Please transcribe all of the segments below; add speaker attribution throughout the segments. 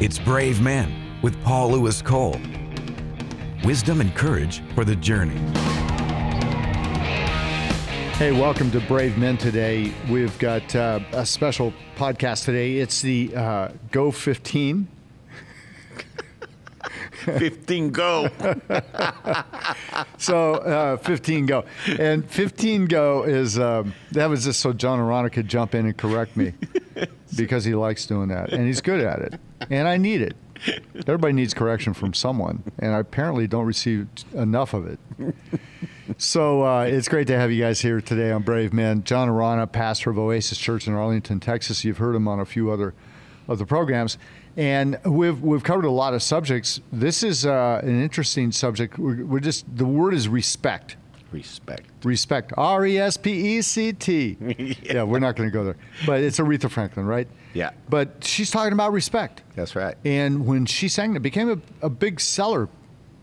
Speaker 1: It's Brave Man with Paul Lewis Cole. Wisdom and courage for the journey.
Speaker 2: Hey, welcome to Brave Men today. We've got uh, a special podcast today. It's the uh, Go 15.
Speaker 3: 15 go.
Speaker 2: So, uh, 15 Go. And 15 Go is, um, that was just so John Arana could jump in and correct me because he likes doing that and he's good at it. And I need it. Everybody needs correction from someone, and I apparently don't receive t- enough of it. So uh, it's great to have you guys here today on Brave Men. John Arana, pastor of Oasis Church in Arlington, Texas. You've heard him on a few other of the programs, and we've we've covered a lot of subjects. This is uh, an interesting subject. We're, we're just the word is respect.
Speaker 3: Respect.
Speaker 2: Respect. R E S P E C T. Yeah, we're not going to go there. But it's Aretha Franklin, right?
Speaker 3: Yeah.
Speaker 2: But she's talking about respect.
Speaker 3: That's right.
Speaker 2: And when she sang it, it became a, a big seller,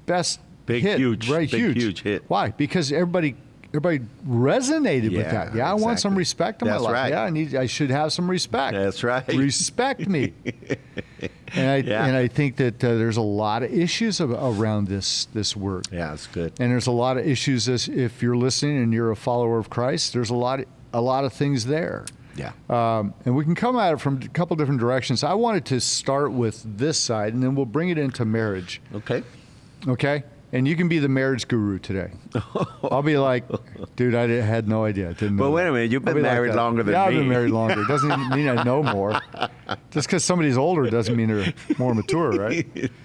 Speaker 2: best
Speaker 3: Big,
Speaker 2: hit,
Speaker 3: huge,
Speaker 2: right?
Speaker 3: big,
Speaker 2: huge,
Speaker 3: huge hit.
Speaker 2: Why? Because everybody, everybody resonated with
Speaker 3: Yeah,
Speaker 2: that. Yeah, I want some
Speaker 3: exactly.
Speaker 2: respect in
Speaker 3: That's
Speaker 2: my life.
Speaker 3: right.
Speaker 2: Yeah, I need, I should have some respect.
Speaker 3: That's right.
Speaker 2: Respect me. and I
Speaker 3: Yeah.
Speaker 2: and I think that uh, there's a lot of issues ab- around this this word.
Speaker 3: Yeah, it's good.
Speaker 2: And there's a lot of issues as if you're listening and you're a follower of Christ. There's a lot, a lot of things there.
Speaker 3: Yeah.
Speaker 2: Um, and we can come at it from a couple different directions. I wanted to start with this side, and then we'll bring it into marriage.
Speaker 3: Okay.
Speaker 2: Okay. And you can be the marriage guru today. I'll be like, dude, I di- had no idea. I Didn't.
Speaker 3: But
Speaker 2: know
Speaker 3: wait
Speaker 2: that."
Speaker 3: a minute, you've
Speaker 2: I'll
Speaker 3: been
Speaker 2: be like
Speaker 3: married
Speaker 2: that.
Speaker 3: longer than
Speaker 2: yeah, I've been
Speaker 3: me.
Speaker 2: married longer. It doesn't even mean I know more. Just because somebody's older doesn't mean they're more mature, right?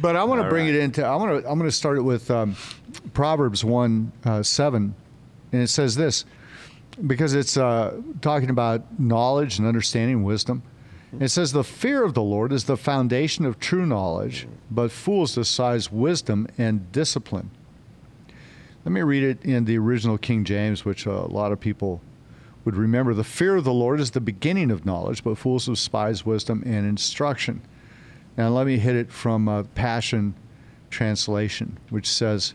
Speaker 2: But I want to
Speaker 3: All
Speaker 2: bring
Speaker 3: right.
Speaker 2: it into. I want to. I'm going to start it with um, Proverbs one uh, seven, and it says this because it's uh, talking about knowledge and understanding, wisdom. It says the fear of the Lord is the foundation of true knowledge, but fools despise wisdom and discipline. Let me read it in the original King James, which uh, a lot of people would remember. The fear of the Lord is the beginning of knowledge, but fools despise wisdom and instruction. Now, let me hit it from uh, Passion Translation, which says,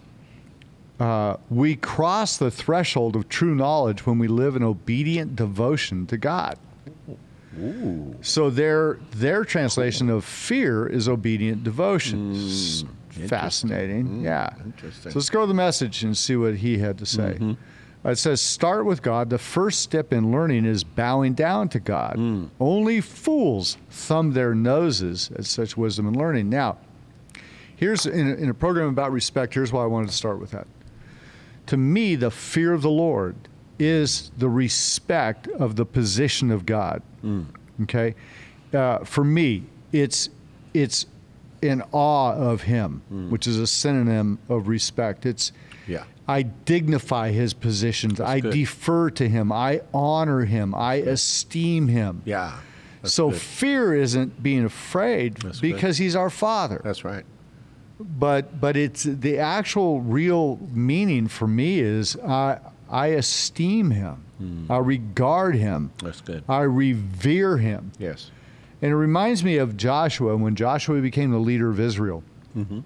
Speaker 2: uh, We cross the threshold of true knowledge when we live in obedient devotion to God. So their their translation of fear is obedient devotion. S- Fascinating. yeah.
Speaker 3: Interesting.
Speaker 2: So let's go to the message and see what he had to say. It says, start with God. The first step in learning is bowing down to God. Only fools thumb their noses at such wisdom and learning. Now, here's in a, in a program about respect, here's why I wanted to start with that. To me, the fear of the Lord is the respect of the position of God. Okay, uh, for me, it's it's an awe of Him, which is a synonym of respect. It's
Speaker 3: Yeah.
Speaker 2: I dignify His positions. I
Speaker 3: good.
Speaker 2: defer to Him. I honor Him. I esteem Him.
Speaker 3: Yeah. That's
Speaker 2: so
Speaker 3: good.
Speaker 2: fear isn't being afraid
Speaker 3: good.
Speaker 2: because He's our Father
Speaker 3: That's right.
Speaker 2: but but it's the actual real meaning for me is I I esteem him, I regard him,
Speaker 3: Hmm. That's good.
Speaker 2: I revere him,
Speaker 3: Uh, Yes.
Speaker 2: and it reminds me of Joshua when Joshua became the leader of Israel. It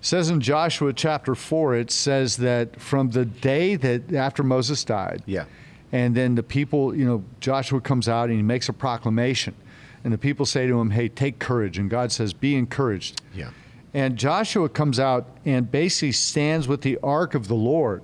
Speaker 2: says in Joshua chapter four, it says that from the day that after Moses died,
Speaker 3: Yeah.
Speaker 2: and then the people, you know, Joshua comes out and he makes a proclamation, and the people say to him, "Hey, take courage," and God says, "Be encouraged."
Speaker 3: Yeah.
Speaker 2: And Joshua comes out and basically stands with the ark of the Lord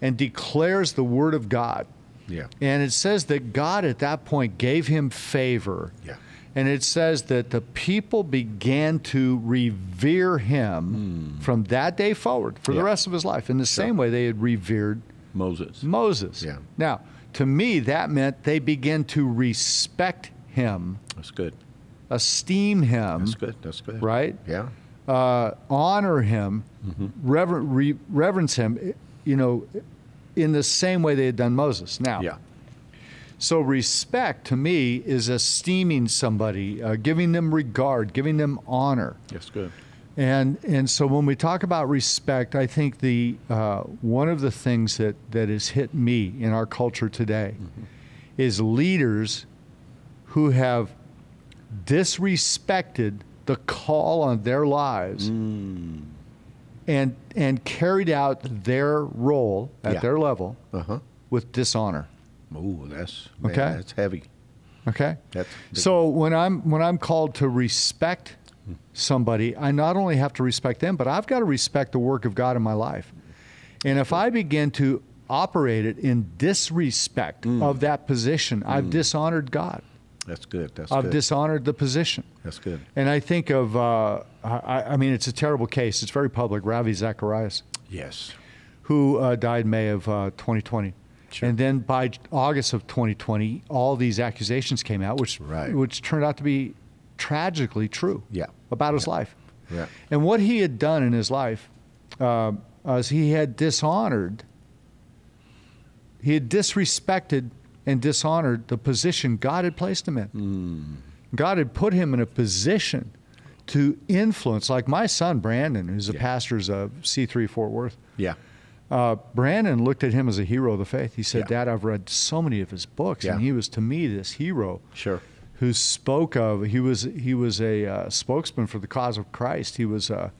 Speaker 2: and declares the word of God.
Speaker 3: Yeah.
Speaker 2: And it says that God at that point gave him favor.
Speaker 3: Yeah.
Speaker 2: And it says that the people began to revere him from that day forward for the
Speaker 3: Hmm. Yeah.
Speaker 2: rest of his life in the same way they had revered
Speaker 3: Moses.
Speaker 2: Moses.
Speaker 3: Yeah.
Speaker 2: Now, to me, that meant they began to respect him,
Speaker 3: That's good.
Speaker 2: esteem him,
Speaker 3: That's good. That's good.
Speaker 2: right?
Speaker 3: Yeah.
Speaker 2: uh, honor him,
Speaker 3: Mm-hmm.
Speaker 2: rever- re- reverence him, you know, in the same way they had done Moses. Now,
Speaker 3: Yeah.
Speaker 2: so respect to me is esteeming somebody, uh, giving them regard, giving them honor.
Speaker 3: That's good.
Speaker 2: And and so when we talk about respect, I think the uh, one of the things that that has hit me in our culture today is leaders who have disrespected the call on their lives and and carried out their role at
Speaker 3: Yeah.
Speaker 2: their level
Speaker 3: Uh huh.
Speaker 2: with dishonor.
Speaker 3: Ooh, that's man,
Speaker 2: Okay.
Speaker 3: That's heavy.
Speaker 2: Okay.
Speaker 3: That's big.
Speaker 2: so when I'm when I'm called to respect somebody, I not only have to respect them, but I've got to respect the work of God in my life. And if I begin to operate it in disrespect
Speaker 3: Mm.
Speaker 2: of that position, I've dishonored God.
Speaker 3: That's good. Mm. That's
Speaker 2: I've
Speaker 3: good.
Speaker 2: dishonored the position.
Speaker 3: That's good.
Speaker 2: And I think of, uh, I, I mean, it's a terrible case. It's very public. Ravi Zacharias
Speaker 3: Yes.
Speaker 2: who uh, died May of uh, 2020.
Speaker 3: Sure.
Speaker 2: And then by August of 2020, all these accusations came out, which
Speaker 3: Right.
Speaker 2: which turned out to be tragically true.
Speaker 3: Yeah.
Speaker 2: About his life.
Speaker 3: Yeah.
Speaker 2: And what he had done in his life uh, is he had dishonored, he had disrespected and dishonored the position God had placed him in.
Speaker 3: Hmm.
Speaker 2: God had put him in a position to influence, like my son Brandon, who's a
Speaker 3: Yeah.
Speaker 2: pastor of C3 Fort Worth
Speaker 3: Yeah.
Speaker 2: uh, Brandon looked at him as a hero of the faith. He said,
Speaker 3: Yeah.
Speaker 2: "Dad, I've read so many of his books, and
Speaker 3: Yeah.
Speaker 2: he was to me this hero
Speaker 3: Sure.
Speaker 2: who spoke of. He was he was a uh, spokesman for the cause of Christ. He was a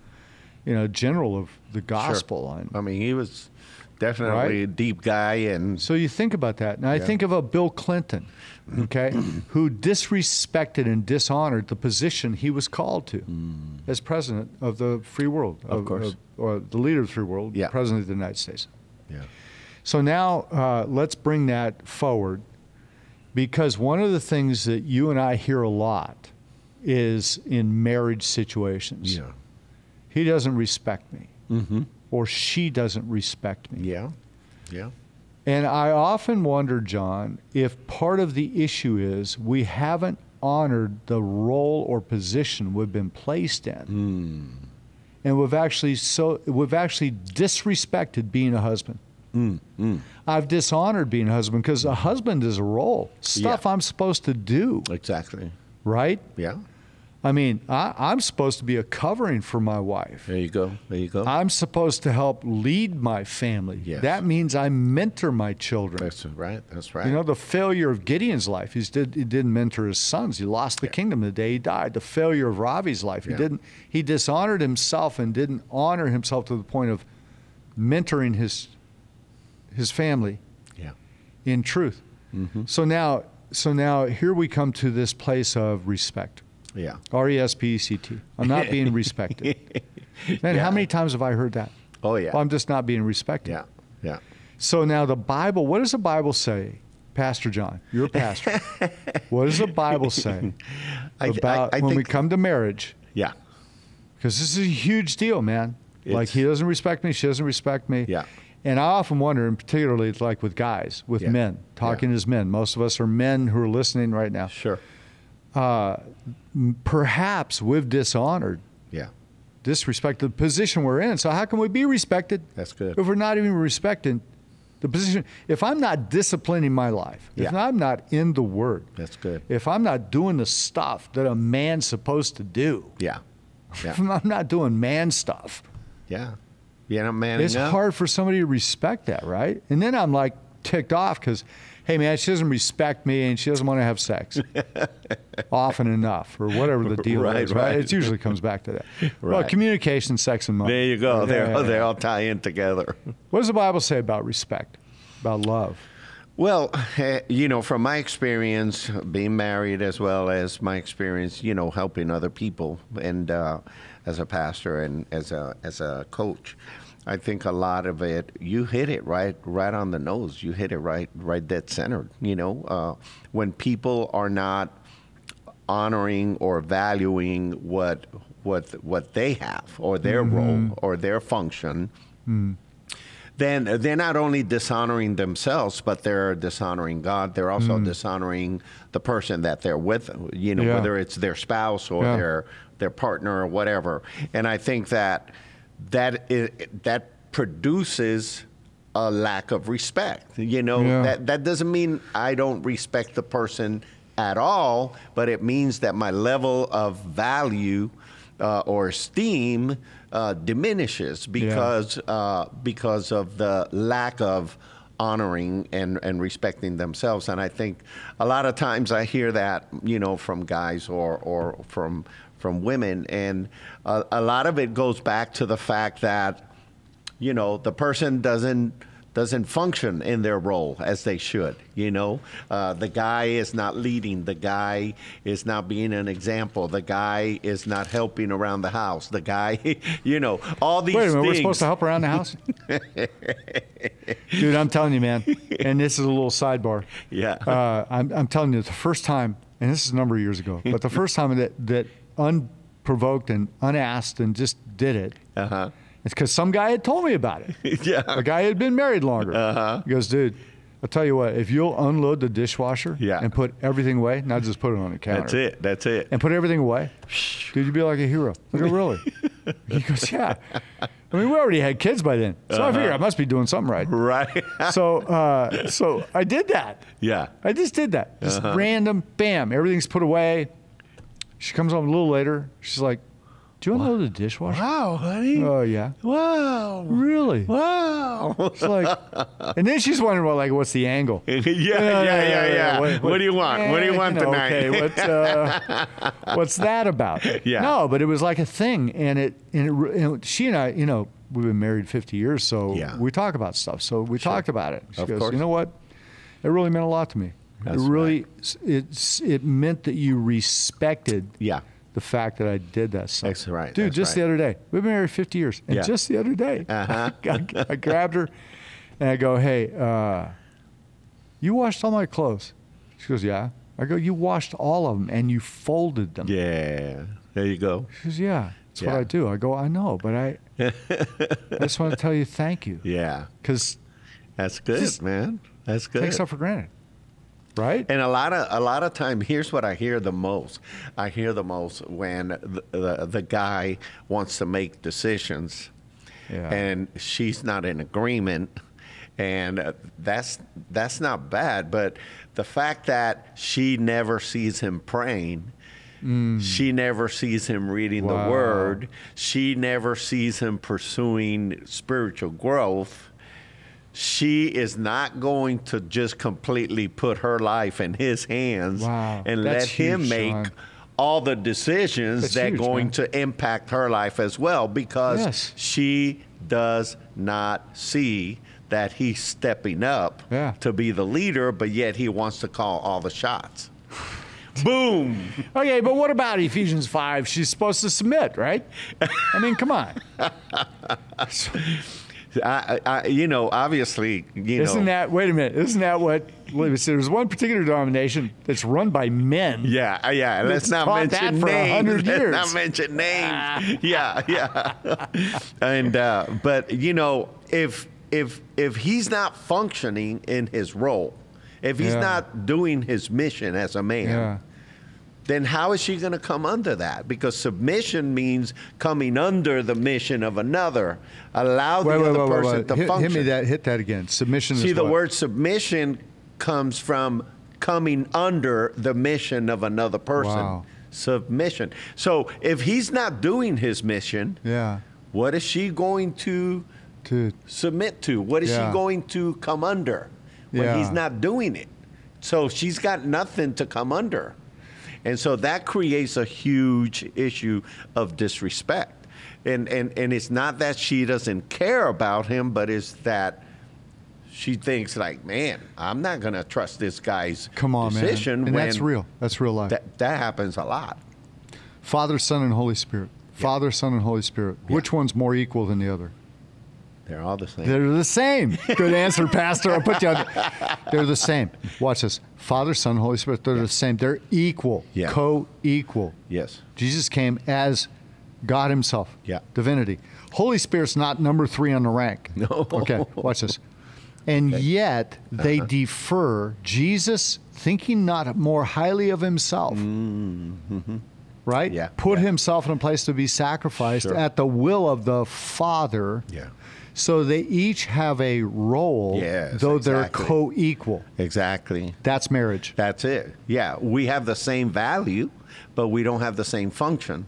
Speaker 2: you know general of the gospel. And
Speaker 3: I mean, he was definitely a deep guy, and
Speaker 2: so you think about that. Now I think of a Bill Clinton, okay, who disrespected and dishonored the position he was called to as president of the free world, of,
Speaker 3: Mm. course.
Speaker 2: or the leader of the free world,
Speaker 3: Yeah.
Speaker 2: president of the United States.
Speaker 3: yeah,
Speaker 2: So now uh, let's bring that forward because one of the things that you and I hear a lot is in marriage situations.
Speaker 3: yeah,
Speaker 2: He doesn't respect me, or she doesn't respect me.
Speaker 3: yeah, yeah.
Speaker 2: And I often wonder, John, if part of the issue is we haven't honored the role or position we've been placed in.
Speaker 3: Hmm.
Speaker 2: And we've actually so we've actually disrespected being a husband.
Speaker 3: Hmm,
Speaker 2: I've dishonored being a husband because a husband is a role, stuff
Speaker 3: Yeah.
Speaker 2: I'm supposed to do,
Speaker 3: Exactly.
Speaker 2: right?
Speaker 3: Yeah.
Speaker 2: I mean, I, I'm supposed to be a covering for my wife.
Speaker 3: There you go. There you go.
Speaker 2: I'm supposed to help lead my family.
Speaker 3: Yes.
Speaker 2: That means I mentor my children.
Speaker 3: that's right. That's right.
Speaker 2: You know, the failure of Gideon's life, he's did, he didn't mentor his sons. He lost the kingdom the day he died. The failure of Ravi's life, he
Speaker 3: Yeah.
Speaker 2: didn't, he dishonored himself and didn't honor himself to the point of mentoring his, his family
Speaker 3: yeah.
Speaker 2: in truth.
Speaker 3: Mm-hmm.
Speaker 2: So now, so now here we come to this place of respect.
Speaker 3: Yeah.
Speaker 2: R E S P E C T. I'm not being respected. Man, how many times have I heard that?
Speaker 3: Oh yeah.
Speaker 2: Well, I'm just not being respected.
Speaker 3: yeah. Yeah.
Speaker 2: So now the Bible, what does the Bible say, Pastor John? You're a pastor. what does the Bible say
Speaker 3: I, th-
Speaker 2: about
Speaker 3: I, I
Speaker 2: when we
Speaker 3: think.
Speaker 2: come to marriage?
Speaker 3: yeah.
Speaker 2: Because this is a huge deal, man. like
Speaker 3: It's-
Speaker 2: he doesn't respect me, she doesn't respect me.
Speaker 3: Yeah.
Speaker 2: And I often wonder, and particularly it's like with guys, with
Speaker 3: Yeah.
Speaker 2: men, talking as men. Most of us are men who are listening right now.
Speaker 3: Sure.
Speaker 2: Perhaps we've dishonored,
Speaker 3: Yeah.
Speaker 2: disrespected the position we're in. So how can we be respected?
Speaker 3: That's good.
Speaker 2: if we're not even respecting the position, if I'm not disciplining my life, if
Speaker 3: Yeah.
Speaker 2: I'm not in the word,
Speaker 3: That's good.
Speaker 2: if I'm not doing the stuff that a man's supposed to do,
Speaker 3: Yeah.
Speaker 2: if
Speaker 3: Yeah.
Speaker 2: I'm not doing man stuff,
Speaker 3: yeah. Yeah. I'm manning
Speaker 2: it's
Speaker 3: up.
Speaker 2: hard for somebody to respect that, right? And then I'm like ticked off because, hey, man, she doesn't respect me and she doesn't want to have sex often enough or whatever the deal
Speaker 3: Right,
Speaker 2: is, right?
Speaker 3: right.
Speaker 2: It usually comes back to that. Well,
Speaker 3: Right.
Speaker 2: communication, sex, and money.
Speaker 3: There you go. They're,
Speaker 2: Yeah.
Speaker 3: they all tie in together.
Speaker 2: What does the Bible say about respect, about love?
Speaker 3: Well, eh, you know, from my experience being married, as well as my experience, you know, helping other people, and uh, as a pastor and as a as a coach, I think a lot of it you hit it right right on the nose. You hit it right right dead center. You know, uh, when people are not honoring or valuing what what what they have or their
Speaker 2: Mm-hmm.
Speaker 3: role or their function
Speaker 2: Mm.
Speaker 3: then they're not only dishonoring themselves, but they're dishonoring God. They're also dishonoring the person that they're with, you know,
Speaker 2: Mm. Yeah.
Speaker 3: whether it's their spouse or
Speaker 2: Yeah.
Speaker 3: their their partner or whatever. And I think that that i that produces a lack of respect. You know,
Speaker 2: Yeah.
Speaker 3: that that doesn't mean I don't respect the person at all, but it means that my level of value uh, or esteem uh, diminishes because uh, because of the lack of honoring and, and respecting themselves. And I think a lot of times I hear that you know from guys or or from from women, and uh, a, a lot of it goes back to the fact that you know the person doesn't doesn't function in their role as they should. You know, uh, the guy is not leading. The guy is not being an example. The guy is not helping around the house. The guy, you know, all these.
Speaker 2: Wait a minute,
Speaker 3: things.
Speaker 2: we're supposed to help around the house? Dude, I'm telling you, man. And this is a little sidebar.
Speaker 3: Yeah.
Speaker 2: Uh, I'm, I'm telling you, the first time, and this is a number of years ago, but the first time that, that unprovoked and unasked and just did it,
Speaker 3: Uh-huh.
Speaker 2: it's because some guy had told me about it.
Speaker 3: Yeah.
Speaker 2: A guy had been married longer. Uh-huh. He goes, dude, I'll tell you what, if you'll unload the dishwasher
Speaker 3: Yeah.
Speaker 2: and put everything away, not just put it on the counter.
Speaker 3: That's it. That's it.
Speaker 2: and put everything away, dude, you'd be like a hero. I go, really? he goes, yeah. I mean, we already had kids by then, so I figure I must be doing something right.
Speaker 3: Right.
Speaker 2: So, uh, so I did that.
Speaker 3: yeah.
Speaker 2: I just did that. Just random, bam, everything's put away. She comes home a little later. She's like, "Do you unload the dishwasher?"
Speaker 3: Wow, honey.
Speaker 2: Oh yeah,
Speaker 3: wow.
Speaker 2: really?
Speaker 3: Wow.
Speaker 2: It's like, and then she's wondering, well, like, what's the angle?
Speaker 3: yeah, yeah, yeah, yeah. What, do you want? what do you
Speaker 2: Eh,
Speaker 3: want
Speaker 2: you know,
Speaker 3: tonight?
Speaker 2: Okay, what, uh, what's that about?
Speaker 3: Yeah.
Speaker 2: No, but it was like a thing, and it and, it, re- and she and I, you know, we've been married 50 years, so
Speaker 3: Yeah.
Speaker 2: we talk about stuff. So we talked about it. She
Speaker 3: Of
Speaker 2: goes,
Speaker 3: course.
Speaker 2: you know what? It really meant a lot to me.
Speaker 3: That's
Speaker 2: it really it's it meant that you respected
Speaker 3: Yeah.
Speaker 2: the fact that I did that stuff.
Speaker 3: That's right,
Speaker 2: Dude,
Speaker 3: that's
Speaker 2: just the
Speaker 3: right.
Speaker 2: other day. We've been married 50 years. And
Speaker 3: Yeah. Uh-huh.
Speaker 2: just the other day, I, I grabbed her and I go, hey, uh, you washed all my clothes. She goes, yeah. I go, you washed all of them and you folded them.
Speaker 3: yeah. There you go.
Speaker 2: She goes, yeah. That's
Speaker 3: Yeah.
Speaker 2: what I do. I go, I know, but I, I just want to tell you thank you
Speaker 3: Yeah.
Speaker 2: because
Speaker 3: That's good,
Speaker 2: Just
Speaker 3: man. That's good.
Speaker 2: take stuff for granted. Right?
Speaker 3: And a lot of a lot of time, here's what I hear the most. I hear the most when the the, the guy wants to make decisions,
Speaker 2: Yeah.
Speaker 3: and she's not in agreement, and uh, that's that's not bad. But the fact that she never sees him praying. She never sees him reading
Speaker 2: Mm. Wow.
Speaker 3: the word. She never sees him pursuing spiritual growth she is not going to just completely put her life in his hands
Speaker 2: Wow.
Speaker 3: and
Speaker 2: That's
Speaker 3: let him
Speaker 2: huge,
Speaker 3: make
Speaker 2: Sean.
Speaker 3: all the decisions
Speaker 2: That's
Speaker 3: that
Speaker 2: huge,
Speaker 3: going
Speaker 2: man.
Speaker 3: to impact her life as well because
Speaker 2: Yes.
Speaker 3: she does not see that he's stepping up
Speaker 2: Yeah.
Speaker 3: to be the leader but yet he wants to call all the shots boom
Speaker 2: Okay, but what about Ephesians 5? She's supposed to submit, right? I mean, come on.
Speaker 3: I, I, I- you know obviously you
Speaker 2: Isn't
Speaker 3: know
Speaker 2: that, wait a minute, isn't that what, let me see, there's one particular denomination that's run by men.
Speaker 3: Yeah, uh, yeah. Let's
Speaker 2: It's
Speaker 3: not
Speaker 2: taught that
Speaker 3: mention
Speaker 2: for a
Speaker 3: names.
Speaker 2: hundred
Speaker 3: Let's
Speaker 2: years.
Speaker 3: not mention names. yeah, yeah. and uh, but you know, if if if he's not functioning in his role, if he's
Speaker 2: Yeah.
Speaker 3: not doing his mission as a man,
Speaker 2: Yeah.
Speaker 3: then how is she going to come under that? Because submission means coming under the mission of another. Allow the
Speaker 2: Wait, wait,
Speaker 3: other
Speaker 2: wait, wait,
Speaker 3: person
Speaker 2: wait.
Speaker 3: to
Speaker 2: Hit,
Speaker 3: function.
Speaker 2: hit me that, hit that again. Submission
Speaker 3: See,
Speaker 2: is
Speaker 3: the
Speaker 2: what?
Speaker 3: word submission comes from coming under the mission of another person.
Speaker 2: Wow.
Speaker 3: Submission. So if he's not doing his mission,
Speaker 2: Yeah,
Speaker 3: what is she going to
Speaker 2: dude.
Speaker 3: submit to? What is
Speaker 2: Yeah.
Speaker 3: she going to come under when
Speaker 2: Yeah.
Speaker 3: he's not doing it? So she's got nothing to come under. And so that creates a huge issue of disrespect. And, and, and it's not that she doesn't care about him, but it's that she thinks like, man, I'm not gonna trust this guy's
Speaker 2: Come on,
Speaker 3: decision.
Speaker 2: man. And
Speaker 3: when
Speaker 2: that's real. That's real life.
Speaker 3: That, that happens a lot.
Speaker 2: Father, Son, and Holy Spirit. Father, Son, and Holy Spirit. Which one's more equal than the other?
Speaker 3: They're all the same.
Speaker 2: They're the same. Good answer, Pastor. I'll put you on. They're the same. Watch this. Father, Son, Holy Spirit, they're the same. They're equal,
Speaker 3: Yeah.
Speaker 2: co equal.
Speaker 3: yes.
Speaker 2: Jesus came as God Himself,
Speaker 3: Yeah.
Speaker 2: divinity. Holy Spirit's not number three on the rank.
Speaker 3: No.
Speaker 2: Okay, watch this. And yet they
Speaker 3: Uh-huh.
Speaker 2: defer Jesus thinking not more highly of himself. Right?
Speaker 3: Mm-hmm. Yeah,
Speaker 2: Put
Speaker 3: yeah.
Speaker 2: himself in a place to be sacrificed
Speaker 3: Sure.
Speaker 2: at the will of the Father.
Speaker 3: Yeah.
Speaker 2: So they each have a role,
Speaker 3: Yes,
Speaker 2: though they're
Speaker 3: exactly.
Speaker 2: co equal.
Speaker 3: Exactly.
Speaker 2: That's marriage.
Speaker 3: That's it. Yeah, we have the same value, but we don't have the same function.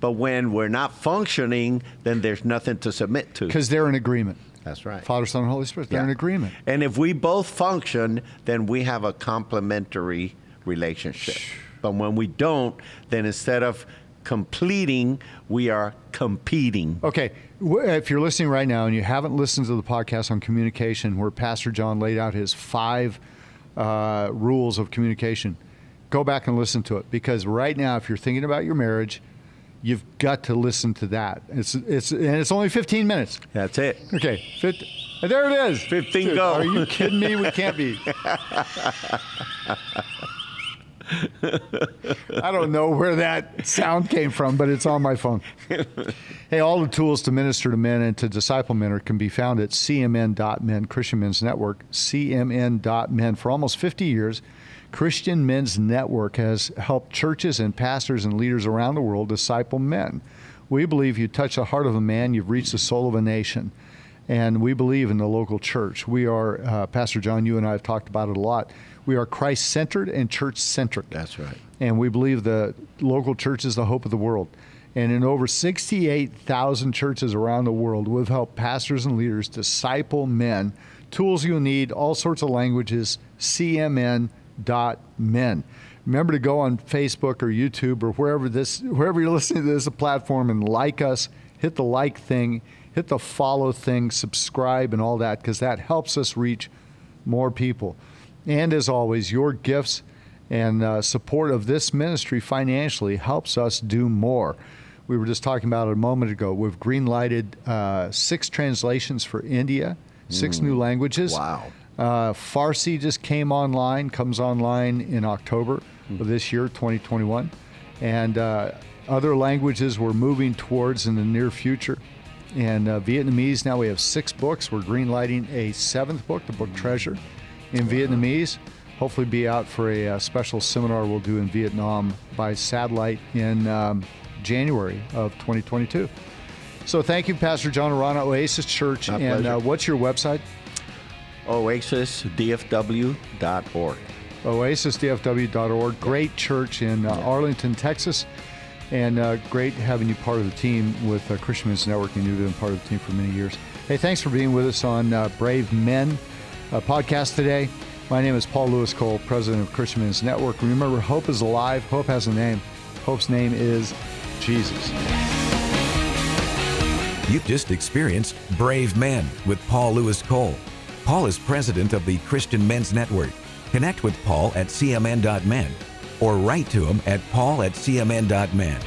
Speaker 3: But when we're not functioning, then there's nothing to submit to.
Speaker 2: Because they're in agreement.
Speaker 3: That's right.
Speaker 2: Father, Son, and Holy Spirit, they're
Speaker 3: Yeah.
Speaker 2: in agreement.
Speaker 3: And if we both function, then we have a complementary relationship. But when we don't, then instead of completing, we are competing.
Speaker 2: Okay, w- if you're listening right now and you haven't listened to the podcast on communication, where Pastor John laid out his five uh, rules of communication, go back and listen to it because right now, if you're thinking about your marriage, you've got to listen to that. It's it's and it's only 15 minutes.
Speaker 3: That's it.
Speaker 2: Okay, fit, there it is.
Speaker 3: 15
Speaker 2: Dude,
Speaker 3: go.
Speaker 2: Are you kidding me? We can't be. I don't know where that sound came from, but it's on my phone. Hey, all the tools to minister to men and to disciple men are, can be found at cmn.men, Christian Men's Network, cmn.men. For almost 50 years, Christian Men's Network has helped churches and pastors and leaders around the world disciple men. We believe you touch the heart of a man, you've reached the soul of a nation. And we believe in the local church. We are, uh, Pastor John, you and I have talked about it a lot. We are Christ centered and church centric
Speaker 3: That's right.
Speaker 2: and we believe the local church is the hope of the world. And in over 68,000 churches around the world, we've helped pastors and leaders disciple men. Tools you'll need, all sorts of languages, cmn.men. Remember to go on Facebook or YouTube or wherever this wherever you're listening to this platform and like us, hit the like thing, hit the follow thing, subscribe and all that cuz that helps us reach more people. And as always, your gifts and uh, support of this ministry financially helps us do more. We were just talking about it a moment ago. We've greenlighted uh, six translations for India, six new languages.
Speaker 3: Wow.
Speaker 2: Uh, Farsi just came online, comes online in October
Speaker 3: Hmm.
Speaker 2: of this year, 2021. And uh, other languages we're moving towards in the near future. And uh, Vietnamese, now we have six books. We're greenlighting a seventh book, the book Treasure, in Vietnamese. Hopefully, be out for a, uh special seminar we'll do in Vietnam by satellite in um, January of 2022. So, thank you, Pastor John Arana, Oasis Church.
Speaker 3: My
Speaker 2: and uh,
Speaker 3: pleasure.
Speaker 2: what's your website?
Speaker 3: oasisdfw.org.
Speaker 2: oasisdfw.org. Great church in uh, Arlington, Texas. And uh, great having you part of the team with uh, Christian Men's Network, and you've been part of the team for many years. Hey, thanks for being with us on uh, Brave Men uh, podcast today. My name is Paul Lewis Cole, president of Christian Men's Network. Remember, hope is alive. Hope has a name. Hope's name is Jesus.
Speaker 1: You've just experienced Brave Men with Paul Lewis Cole. Paul is president of the Christian Men's Network. Connect with Paul at cmn.men or write to him at paul at cmn.men.